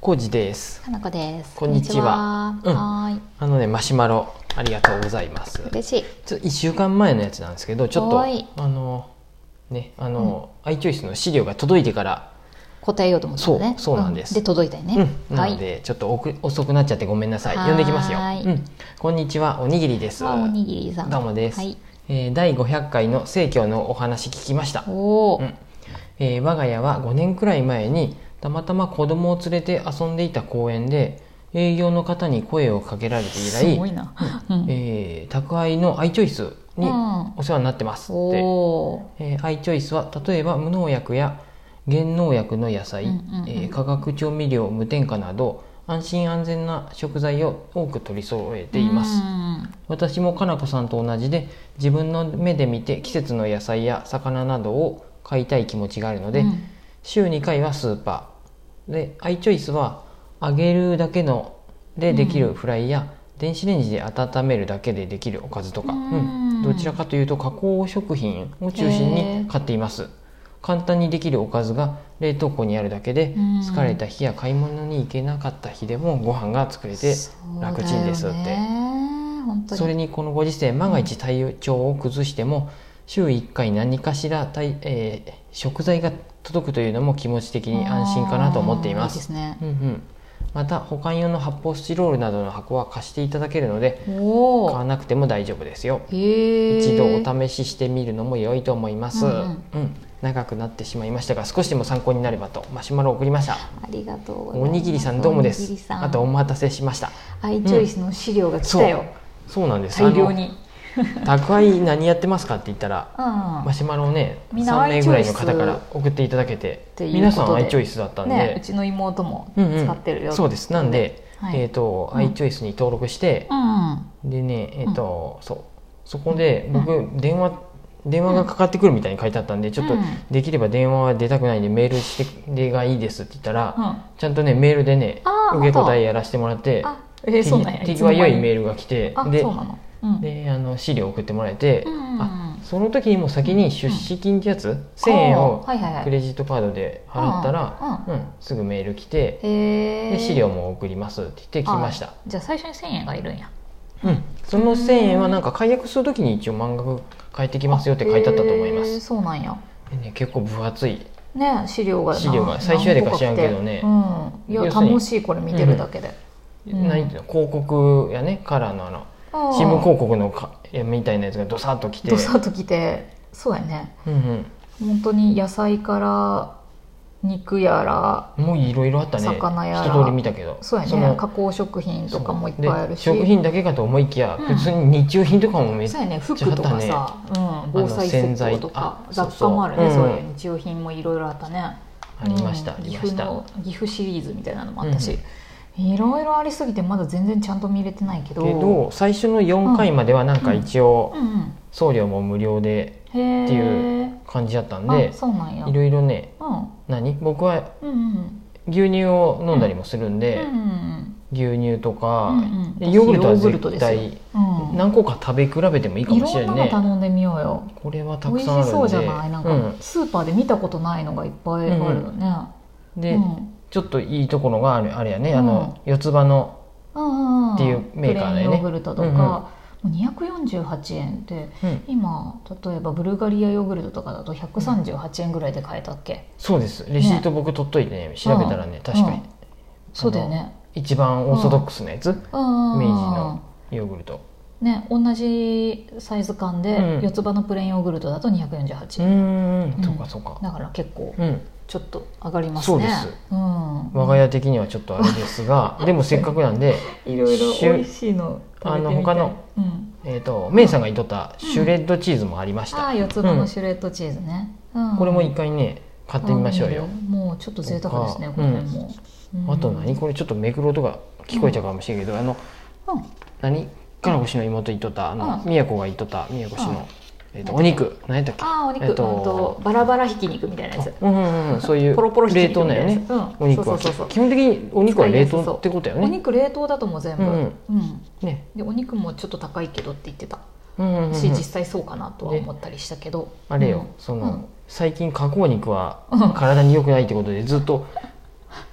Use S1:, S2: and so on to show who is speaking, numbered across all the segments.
S1: コウジです。
S2: かなこです。
S1: こんにちは
S2: こん
S1: う
S2: にちは
S1: ん
S2: はーい。
S1: あのねマシュマロありがとうございます。
S2: 嬉しい。
S1: ちょっと一週間前のやつなんですけど、ちょっと
S2: おい
S1: あのねあの、アイチョイスの資料が届いてから、
S2: 答えようと思ったのね。
S1: そうそうなんです
S2: で届いたよね。
S1: うん、
S2: は
S1: ないの。でちょっと遅遅くなっちゃってごめんなさい。
S2: はーい
S1: 呼んできますよ。うん。こんにちはおにぎりです。
S2: あおにぎりさん。
S1: どうもです。
S2: はい。
S1: えー第500回の聖教のお話聞きました。
S2: お
S1: う
S2: お
S1: ん。えー我が家は5年くらい前にたまたま子供を連れて遊んでいた公園で営業の方に声をかけられて以
S2: す
S1: 来
S2: ごいな。うん。
S1: えー宅配のアイチョイスに
S2: うん
S1: お世話になってますって、
S2: おー
S1: えーアイチョイスは例えば無農薬や減農薬の野菜、
S2: うんうんうん
S1: えー化学調味料無添加など安心安全な食材を多く取り揃えています、
S2: うん
S1: 私もかなこさんと同じで自分の目で見て季節の野菜や魚などを買いたい気持ちがあるので、
S2: うん
S1: 週2回はスーパーでアイチョイスは揚げるだけのでできるフライや、電子レンジで温めるだけでできるおかずとか、
S2: うん
S1: どちらかというと加工食品を中心に買っています簡単にできるおかずが冷凍庫にあるだけで、
S2: うん
S1: 疲れた日や買い物に行けなかった日でもご飯が作れて楽ちんですって
S2: そうだよね本当に。
S1: それにこのご時世万が一体調を崩しても、週1回何かしら体、えー食材が届くというのも気持ち的に安心かなと思っていま。
S2: あーいですすね。
S1: うんうん、また保管用の発泡スチロールなどの箱は貸していただけるので
S2: お
S1: 買わ
S2: お。
S1: なくても大丈夫ですよ。
S2: へえ。
S1: 一度お試ししてみるのも良いと思います、う
S2: うんんうん
S1: 長くなってしまいましたが少しでも参考になればとマシュマロを送りました
S2: ありがとうござい
S1: お
S2: ます。
S1: にぎりさんどうもで
S2: おにぎり
S1: す
S2: さん
S1: あとお待たせしました
S2: アイチョイスの資料が来たよ。
S1: そうなんです
S2: 大量に。
S1: あの宅配何やってますかって言ったら
S2: うん。
S1: マシュマロをね
S2: みんな
S1: 3名ぐらいの
S2: アイチョイス
S1: 方から送っていただけて
S2: ていうことで
S1: 皆さんアイチョイスだったんで、
S2: ね、うちの妹も
S1: うんうん
S2: 使ってるよ、
S1: そうですなんで、
S2: はい
S1: えーと
S2: うん
S1: アイチョイスに登録して
S2: う、ん
S1: でねえっ、と、そうそこで僕、電話電話がかかってくるみたいに書いてあったんでちょっと
S2: うん
S1: できれば電話は出たくないんでメールしてでがいいですって言ったら、
S2: うん
S1: ちゃんとねメールでね
S2: あー
S1: 受け答えやらせてもらって
S2: あえー、そうなんや
S1: 手際良いメー
S2: ー
S1: ルが来て
S2: あ
S1: で
S2: そうなの、うん、
S1: であの資料送ってもらえて、
S2: うんうんうん
S1: あその時にもう先に出資金ってやつ、1000円
S2: お
S1: を
S2: ーはいはいはい
S1: クレジットカードで払ったら、
S2: う
S1: うんすぐメール来て、
S2: へ
S1: で資料も送りますって言って来ました、
S2: じゃあ最初に1000円がいるんや
S1: うん、その1000円はなんか解約する時に一応満額返ってきますよって書いてあったと思いま
S2: へー
S1: す、
S2: そうなんや
S1: でね、結構分厚い
S2: ね資料がな
S1: 資料が最初やでか知らんけどね
S2: 何個か来てうん、い
S1: 要
S2: や
S1: するに
S2: 楽しいこれ見てるだけで、うん
S1: 何ていうの広告やねカラーのあの
S2: うん
S1: 新聞広告のかみたいなやつがドサッと来て
S2: どさっと来てそうやね
S1: うん
S2: 本当に野菜から肉やら
S1: うん、もういろいろあったね
S2: 魚やら
S1: 一通り見たけど
S2: そうや
S1: その
S2: ね加工食品とかもいっぱいあるし
S1: そうで食品だけかと思いきや、
S2: うん
S1: 普通に日用品とかもめっち
S2: そ
S1: ゃ
S2: うやね
S1: あっ
S2: 服
S1: たね
S2: とかさ、うん、防災セットと
S1: あ
S2: か
S1: の洗剤あ
S2: 雑貨もあるね
S1: そう
S2: そ
S1: そうううん
S2: いう日用品もいろいろあったね
S1: ありました、
S2: う
S1: あ
S2: ん
S1: り
S2: 岐
S1: まし
S2: 阜
S1: た
S2: の岐阜シリーズみたいなのもあったし、いろいろありすぎてまだ全然ちゃんと見れてないけど
S1: けど最初の4回まではなんか一応
S2: うんうん、
S1: 送料も無料で
S2: へえ
S1: っていう感じだったん
S2: あ
S1: で
S2: そうなんや
S1: いろいろね
S2: う
S1: 何僕は
S2: んうんうん
S1: 牛乳を飲んだりもするん
S2: うんう
S1: で、
S2: ん
S1: 牛乳とか、
S2: うんうん
S1: ヨーグルトは
S2: ヨーグルト
S1: 絶
S2: ですよ
S1: 対
S2: うん
S1: 何個か食べ比べてもいいか
S2: い
S1: もし
S2: ろ
S1: れ
S2: ん
S1: な
S2: ないの
S1: ね
S2: 頼んでみようよ
S1: これはた
S2: 美
S1: く
S2: 味し
S1: さんあるんで
S2: そうじゃないなんか、
S1: う
S2: スーパーで見たことないのがいっぱいあるよね、
S1: んで、
S2: うん
S1: ちょっといいところがあるあれやね、あの四つ葉の
S2: っ
S1: っていうメーカーだよね
S2: プレーンヨーグルトと
S1: うんうん
S2: か、もう248円って
S1: うん
S2: 今例えばブルガリアヨーグルトとかだと138円ぐらいで買えたっけ、
S1: そうですレシート僕取っといてね調べたらね、
S2: うん
S1: 確かに
S2: うんそうだよね
S1: 一番オーソドックスなやつ、
S2: うん
S1: 明治のヨーグルト
S2: ね同じサイズ感で、
S1: うん
S2: 四つ葉のプレーンヨーグルトだと
S1: う
S2: 248円、
S1: ー
S2: うん
S1: んそうかそうか
S2: だから結構
S1: うん
S2: ちょっと上がります
S1: そ
S2: ね
S1: うです
S2: うん、
S1: 我が家的にはちょっとあれですがでもせっかくなんで
S2: いろいろ
S1: しゅ
S2: 美味しいの食べてみたい
S1: あの他の、
S2: うん、
S1: えーとメイさんが言っとったシュレッドチーズもありまし
S2: あ
S1: た、
S2: あ四つ葉のシュレットチーズね、うん
S1: これも一回ね買ってみましょうよ
S2: あ、もうちょっと贅沢ですね
S1: と
S2: こ
S1: か
S2: の辺も、うん
S1: あと何これちょっと目黒とか聞こえちゃうかもしれんけど、あの
S2: うん
S1: 何かなこ氏の妹言っとったあの、
S2: う
S1: 宮子が言っとった宮子氏の、えー、とお
S2: 何だっけ
S1: 肉何やったっけ
S2: ああお肉、
S1: えっと
S2: うんとバラバラひき肉みたいなやつ
S1: うんうんうん、そういう
S2: ポロポロひき
S1: 冷
S2: 肉
S1: 凍だ
S2: みたい
S1: よ
S2: なやつ
S1: ね
S2: う
S1: お
S2: ん
S1: 肉は
S2: そうそうそうそう
S1: 基本的にお肉は冷凍ってことだ
S2: お
S1: よね
S2: 肉冷凍だともう全部、
S1: う
S2: うんん
S1: ね、
S2: でお肉もちょっと高いけどって言ってた
S1: うんうんうんうん
S2: し、実際そうかなとは思ったりしたけど
S1: あれよ、
S2: うん
S1: その、最近加工肉は
S2: うん
S1: 体に良くないってことでずっと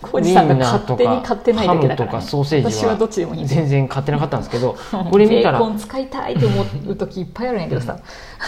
S2: 浩二さんが
S1: ウインナー
S2: 勝
S1: と
S2: 手に
S1: か
S2: 買ってないだけだから、
S1: ハムとか
S2: ね、
S1: ソーセージは
S2: 私はどっちでもいいんだよ
S1: 全然買ってなかったんですけどこれ見たら
S2: ベーコン使いたいと思う時いっぱいあるんやけどさ、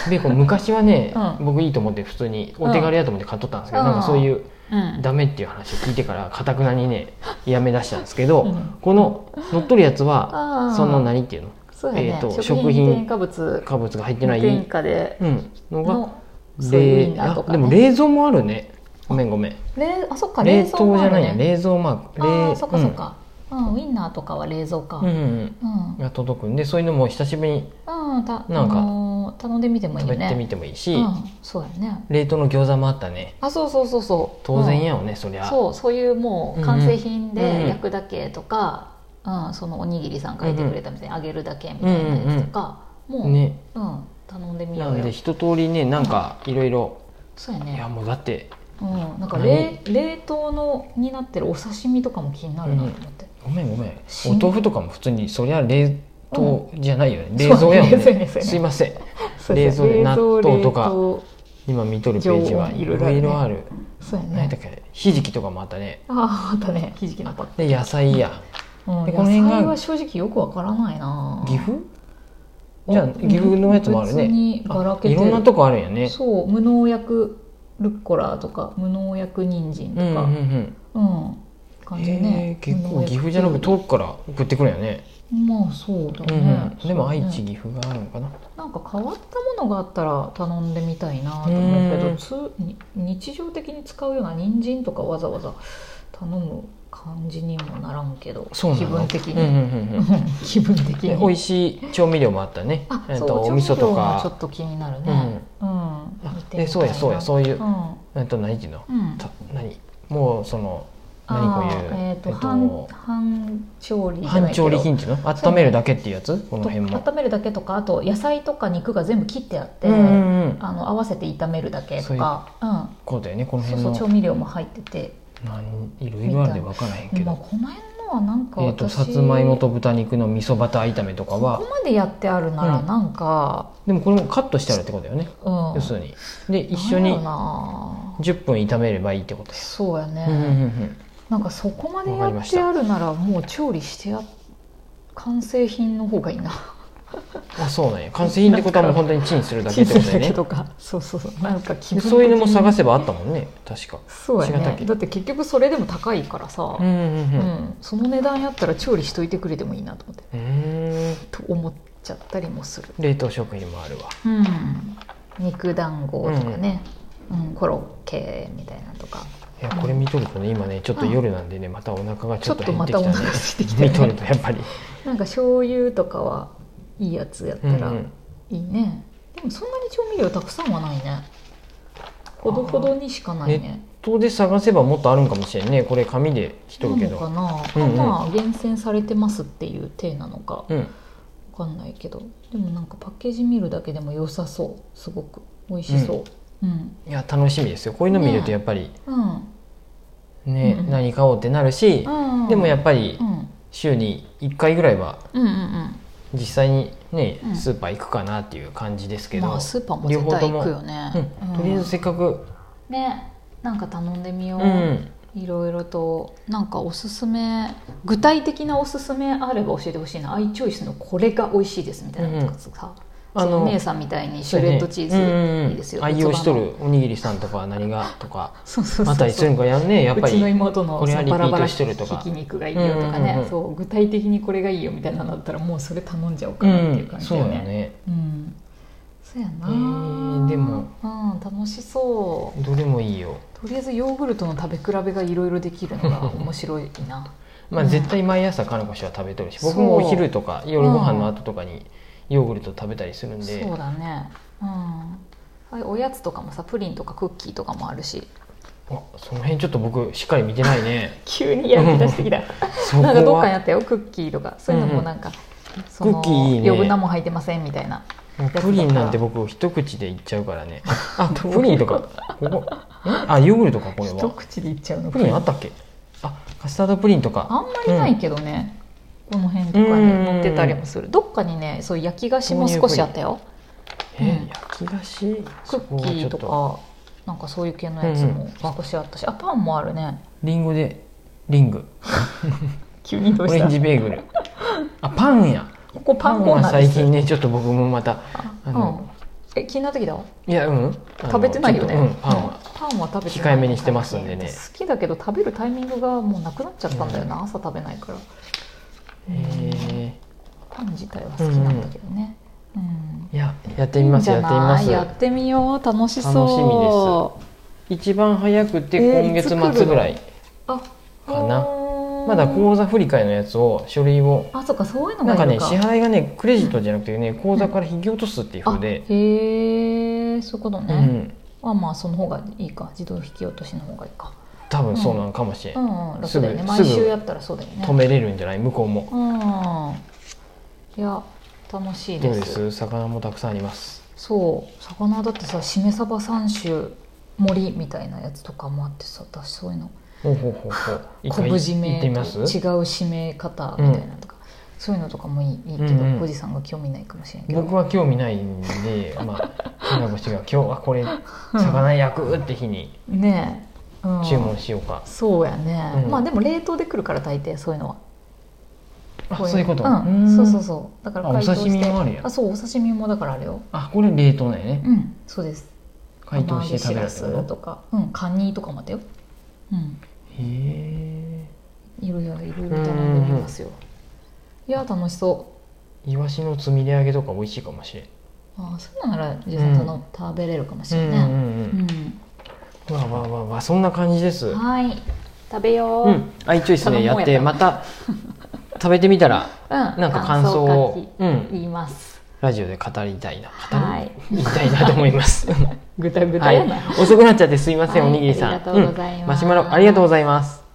S1: ベーコン昔はね、
S2: うん
S1: 僕いいと思って普通にお手軽やと思って買っとったんですけど、
S2: うん
S1: なんかそういう
S2: うん
S1: ダメっていう話を聞いてからかたくなにねやめだしたんですけど、
S2: うん
S1: この乗っ取るやつは
S2: あー
S1: そんな何っていうの
S2: そうやね、
S1: えーと
S2: 食
S1: 食
S2: 品
S1: 品
S2: 添加物
S1: 化物が入ってな
S2: の
S1: い、
S2: 添加で
S1: うん、のが
S2: のそういうウイ
S1: 冷
S2: ンナー
S1: あ
S2: とか、
S1: で
S2: ね、
S1: も冷蔵もあるねごめんごめん
S2: 冷あそっか冷
S1: 冷
S2: 蔵も
S1: 凍
S2: あ
S1: じゃ
S2: る
S1: ない
S2: ね
S1: や冷蔵マーク
S2: あー
S1: 冷
S2: そっかそっか、うんウインナーとかは冷蔵か、
S1: うん、うんうん
S2: うん
S1: うん、が届くんでそういうのも久しぶりに
S2: うんた
S1: なんか
S2: あのー頼んでみてもいい
S1: 食
S2: よ
S1: べ
S2: ね
S1: てみてもいいし、
S2: うん、そうやね
S1: 冷凍の餃子もあったね
S2: あそうそうそうそう
S1: 当然
S2: うん
S1: やよね、そりゃ
S2: そうそういうもう
S1: うん
S2: 完成品
S1: うんう
S2: で
S1: ん
S2: 焼くだけとか、うんそのおにぎりさん書いてくれたみたいに揚げるだけみたいなやつとか、もう、
S1: ね
S2: うん、頼んでみ
S1: な
S2: ようんよ
S1: で一通りねなんかいろいろ
S2: そうや
S1: いや
S2: ね、
S1: もうだって
S2: うん、なんか冷冷凍のになってるお刺身とかも気になるなと思って、
S1: ごめんごめん
S2: し
S1: お
S2: ん
S1: 豆腐とかも普通にそりゃ冷凍じゃないよね、
S2: ん
S1: 冷蔵やもん
S2: そ
S1: ね
S2: うねそうね
S1: すいません
S2: そうやね
S1: 冷蔵で納豆とか
S2: 冷凍
S1: 今見とるページは
S2: 常温
S1: い
S2: い
S1: ろ
S2: ろいろある
S1: い
S2: ね
S1: ろある
S2: そうや
S1: 何だ
S2: ね
S1: っけひじきとかもあったね
S2: あああったねひじきのパック、
S1: で野菜や
S2: うん、
S1: で
S2: 野
S1: この辺が
S2: 菜は正直よくわからないな
S1: 岐阜じゃあ岐阜のやつもある
S2: 別
S1: ね
S2: にばら
S1: あ
S2: けて
S1: いろんなとこあるんやね
S2: そう無農薬ルッコラとか無農薬人参と
S1: うんうんう
S2: か
S1: ん
S2: うん、感じね、
S1: えー結
S2: 無農
S1: 構
S2: 薬
S1: 岐阜じゃなく遠くから送ってくるんやね
S2: まあそうだ
S1: う
S2: ね、
S1: んうんでも
S2: そうね
S1: 愛知岐阜があるのかな
S2: なんか変わったものがあったら頼んでみたいなと思うけ
S1: う
S2: ど
S1: ん
S2: つに日常的に使うような人参とかわざわざ頼む感じにもならんけど
S1: そうなの
S2: 気分的
S1: うんう
S2: に、
S1: んうんうん
S2: 気分的
S1: で
S2: に
S1: 美味しい調味料もあったね
S2: あ
S1: えっ
S2: そう
S1: と
S2: 調
S1: お
S2: 味
S1: 味噌
S2: 料
S1: と
S2: も
S1: か
S2: ちょっと気になるねうん、見てみたい
S1: で
S2: な
S1: そうやそうやそういううんえっと何ていうの
S2: うん
S1: た何もうその何こ
S2: あ
S1: うい
S2: ー
S1: う
S2: えっと半半調理じゃな
S1: 半
S2: いけど
S1: 調理器っていうの温めるだけっていうやつこの辺も
S2: と温めるだけとかあと野菜とか肉が全部切ってあって、
S1: うんうんうん
S2: あの合わせて炒めるだけとか
S1: こうだよねこ
S2: う
S1: の
S2: ん、そう
S1: 辺
S2: そ
S1: の
S2: う調味料も入ってて、
S1: 何いろいろあるで分からへんけ
S2: まあ、
S1: ど
S2: この辺のはなんか
S1: えっとさつまいもと豚肉の味噌バター炒めとか
S2: ここ
S1: は
S2: までやってあるなら
S1: うん
S2: なんか、
S1: でもこれもカットしてあるってことだよね
S2: うん
S1: 要するにで一緒に
S2: なんやろな
S1: 10分炒めればいいってことや
S2: そうやね、
S1: うんうんうん
S2: なんかそこまで
S1: わ
S2: や
S1: かりま
S2: っ
S1: してた
S2: あるならもう調理してや完成品の方がいいな
S1: あそうなんや完成品ってことはもう本当にチンするだけって ことだよね
S2: とかそうそうそうなんか気
S1: で
S2: 分
S1: そういうのも
S2: 的に
S1: 探せばあったもんね確か
S2: そうや
S1: 違ったっ
S2: ね
S1: け
S2: だって結局それでも高いからさ、
S1: うんうんうん
S2: うんその値段やったら調理しといてくれてもいいなと思って
S1: うーん
S2: と思っちゃったりもする、
S1: 冷凍食品もあるわ
S2: うん、肉団子とかね、うんコロッケみたいなのとか
S1: いやこれ見とるとね今ねちょっと夜なんでねまたお腹がち
S2: ちょ
S1: ょ
S2: っ
S1: っ
S2: と
S1: と減
S2: ま
S1: って
S2: たお
S1: きたね
S2: 腹空いてきた
S1: 見とる
S2: ね
S1: とやっぱり
S2: なんか醤油とかはいいやつやった
S1: う
S2: ら
S1: んうん
S2: いいね、でもそんなに調味料たくさんはないねほどほどにしかないね
S1: ネットで探せばもっとあるんかもしれんねこれ紙で来と
S2: な
S1: るけ
S2: のか
S1: ど
S2: な、
S1: うんうん
S2: まあ厳選されてますっていう体なのか
S1: うん
S2: わかんないけどでもなんかパッケージ見るだけでも良さそうすごく美味しそううん
S1: いや楽しみですよこういうの見ると
S2: ね
S1: やっぱり
S2: うん
S1: ね
S2: うんうん
S1: 何買おうってなるし
S2: うん
S1: でもやっぱり
S2: うん
S1: 週に1回ぐらいは
S2: うんうん
S1: 実際にね
S2: うん
S1: スーパー行くかなっていう感じです
S2: う
S1: け
S2: んま
S1: ど
S2: あスーパーも絶対行くよね
S1: うんとりあえずせっかく
S2: ねなんか頼んでみよ
S1: う
S2: う、
S1: ん
S2: いろいろとなんかおすすめ具体的なおすすめあれば教えてほしいなアイチョイスのこれが美味しいですみたいなのとかさ、
S1: うんあの
S2: その姉さんみたいにシュレッドチ
S1: そうやねうん
S2: ー
S1: うん
S2: ズいいですよ、
S1: 愛用しとる
S2: 四つ葉
S1: お
S2: の
S1: にぎりさんとか何がとか
S2: そう そうそうそう
S1: あったりするんかやんねやっぱ
S2: うちの
S1: り
S2: 妹の
S1: これは
S2: そ
S1: リ
S2: の
S1: ピ
S2: バラ
S1: ー
S2: バラ
S1: ト
S2: ひ
S1: してるとか
S2: き肉がいいよとかね、
S1: うんうんうん
S2: そう具体的にこれがいいよみたいなのだったらもうそれ頼んじゃおうか
S1: う
S2: なっていうん感じ
S1: そ
S2: だ
S1: うだ
S2: よ
S1: よ
S2: ね
S1: ね
S2: うんそうやな、
S1: えーでも
S2: うん楽しそう
S1: どれもいいよ
S2: とりあえずヨーグルトの食べ比べがいろいろできるのが面白い な
S1: まあ
S2: うん
S1: 絶対毎朝かなこ氏は食べとるし僕
S2: そ
S1: も
S2: う
S1: お昼とか夜ご飯の後とかにヨーグルト食べたりするんで
S2: そうだねうんあれおやつとかもさプリンとかクッキーとかもあるし
S1: あその辺ちょっと僕しっかり見てない ね
S2: 急にやり出してきた
S1: そ こ
S2: なんかどっかにあ
S1: は
S2: ったよクッキーとかそういうのもなんか、その
S1: クッキーいいね
S2: 余分なもん入ってませんみたいな
S1: もうプリンなんて僕一口でいっちゃうから ねあプリンとかここえあヨーグルトかこれ
S2: 一
S1: は
S2: 口でいっちゃうの
S1: プリンあったっけあカスタードプリンと
S2: あ
S1: か
S2: んまりないけどね、この辺とかに乗ってたりもするどっかにねそういう焼き菓子も少しあったよ
S1: え
S2: うん
S1: 焼き菓子
S2: ク
S1: そこ
S2: ッ
S1: は
S2: キ
S1: ちょ
S2: ー
S1: っ
S2: と
S1: と
S2: かなんかそういう系のやつも少しあったし、あパンもあるね
S1: リンゴでリング
S2: 急にど
S1: オ
S2: うし
S1: レ
S2: た
S1: ンジベーグルあパンや
S2: ここパンコー
S1: は
S2: ナーで
S1: 最
S2: す
S1: 近ねちょっと僕もまたあの、
S2: うん、え気になってきた
S1: いやうんあの
S2: 食べてないよね、
S1: ちょっとうんパンは、
S2: うんパンは食べて
S1: 控えめにしてますんでね
S2: 好きだけど食べるタイミングがもうなくなっちゃったんだよな、朝食べないから
S1: え
S2: パン自体は好きなんだけどね、うん
S1: ーいややっ
S2: い
S1: て
S2: い
S1: み
S2: ん
S1: ます
S2: じゃ
S1: やってみ
S2: な
S1: ま
S2: い
S1: す
S2: やってみよう楽しそう
S1: 楽し一番早くて
S2: えー
S1: 今月末ぐらい、
S2: あ
S1: かな
S2: うーん
S1: まだ口座振り替えのやつを書類を
S2: あそっかそういうの
S1: な
S2: が
S1: いん
S2: いのか
S1: かね支払いがねクレジットじゃなくてね口座から引き落とすっていう
S2: あ
S1: 風で、
S2: へえそういうこと
S1: う
S2: ね、
S1: ん、
S2: あまあその方がいいか自動引き落としの方がいいか
S1: 多分そうなのかもしれん、
S2: うん、うん、楽だよね
S1: すぐ
S2: 毎週やったらそうだよね
S1: 止めれるんじゃない向こうも
S2: うんいや楽しい
S1: ど
S2: で
S1: う
S2: す
S1: です魚もたくさんあります
S2: そう魚だってさしめ鯖三種盛りみたいなやつとかもあってさ私そういうの
S1: ほうほうほうほう一
S2: 昆
S1: 回
S2: 布締
S1: 行
S2: め
S1: っ
S2: と
S1: て
S2: 違う
S1: みます
S2: 締め方みたいなのとか、そういうのとかもいいいいけど、
S1: うんうん
S2: おじさんが興味ないかもしれんけど
S1: 僕は興味ないん でまあ船越が今日はこれ魚焼くって日に
S2: ねえ、うん
S1: 注文しようか、
S2: そうやね、
S1: うん
S2: まあでも冷凍で来るから大抵そういうのは
S1: あそういうこと、
S2: うん
S1: ん
S2: そうそうそうだから
S1: あお
S2: 解凍
S1: 刺
S2: し
S1: 身
S2: て
S1: もあるやん
S2: あそうお刺身もだからあれよ
S1: あこれ冷凍だよね
S2: うんそうです
S1: 解凍して食べるって
S2: 釜揚げしらす
S1: こと
S2: か、うん、カニとかもだようん
S1: へえ
S2: いろいろいろいろ頼んでみますよ。いや楽しそう。
S1: イワシのつみれ揚げとか美味しいかもしれん
S2: ああそうならじいさん
S1: うん
S2: たの食べれるかもし
S1: う
S2: れ
S1: んう
S2: ない。うん
S1: んうんわわわわそんな感じですう
S2: はい食べよう。うん
S1: んアイチョイス
S2: 頼
S1: ね
S2: もう
S1: やって
S2: や
S1: また食べてみたら
S2: な
S1: なんか感想を、う
S2: 書き
S1: ん、
S2: 言います。
S1: ラジオで語りたいな語り、
S2: はい
S1: 言いたいなと思います
S2: ぐだ ぐ
S1: は
S2: だや
S1: い
S2: な。
S1: 遅くなっちゃってすいません、
S2: はい
S1: おにぎりさん
S2: ありがとうございます
S1: んマシュマロありがとうございます